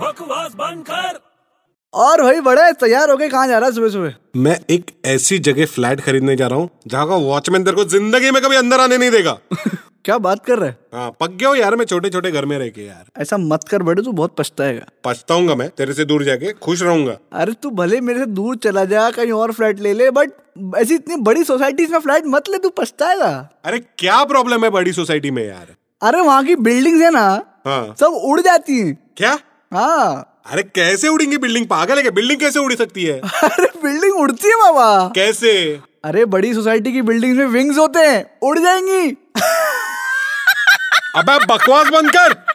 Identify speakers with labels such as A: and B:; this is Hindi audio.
A: बकवास बंद कर
B: और भाई बड़े तैयार हो गए कहाँ जा रहा है सुबह सुबह
C: मैं एक ऐसी जगह फ्लैट खरीदने जा रहा हूँ जहाँ का वॉचमैन तेरे को जिंदगी में कभी अंदर आने नहीं देगा
B: क्या बात कर रहा है
C: हाँ पक गया हूँ यार मैं छोटे छोटे घर में रह के यार
B: ऐसा मत कर बड़े तू बहुत पछताएगा
C: पछताऊंगा मैं तेरे से दूर जाके खुश रहूंगा
B: अरे तू भले मेरे से दूर चला जा कहीं और फ्लैट ले ले बट ऐसी इतनी बड़ी सोसाइटीज में फ्लैट मत ले तू पछताएगा
C: अरे क्या प्रॉब्लम है बड़ी सोसाइटी में यार
B: अरे वहाँ की बिल्डिंग्स है ना
C: हाँ
B: सब उड़ जाती हैं
C: क्या
B: हाँ
C: अरे कैसे उड़ेंगी बिल्डिंग पागल है क्या बिल्डिंग कैसे उड़ी सकती है
B: अरे बिल्डिंग उड़ती है बाबा
C: कैसे
B: अरे बड़ी सोसाइटी की बिल्डिंग्स में विंग्स होते हैं उड़ जाएंगी
C: अब बकवास बंद कर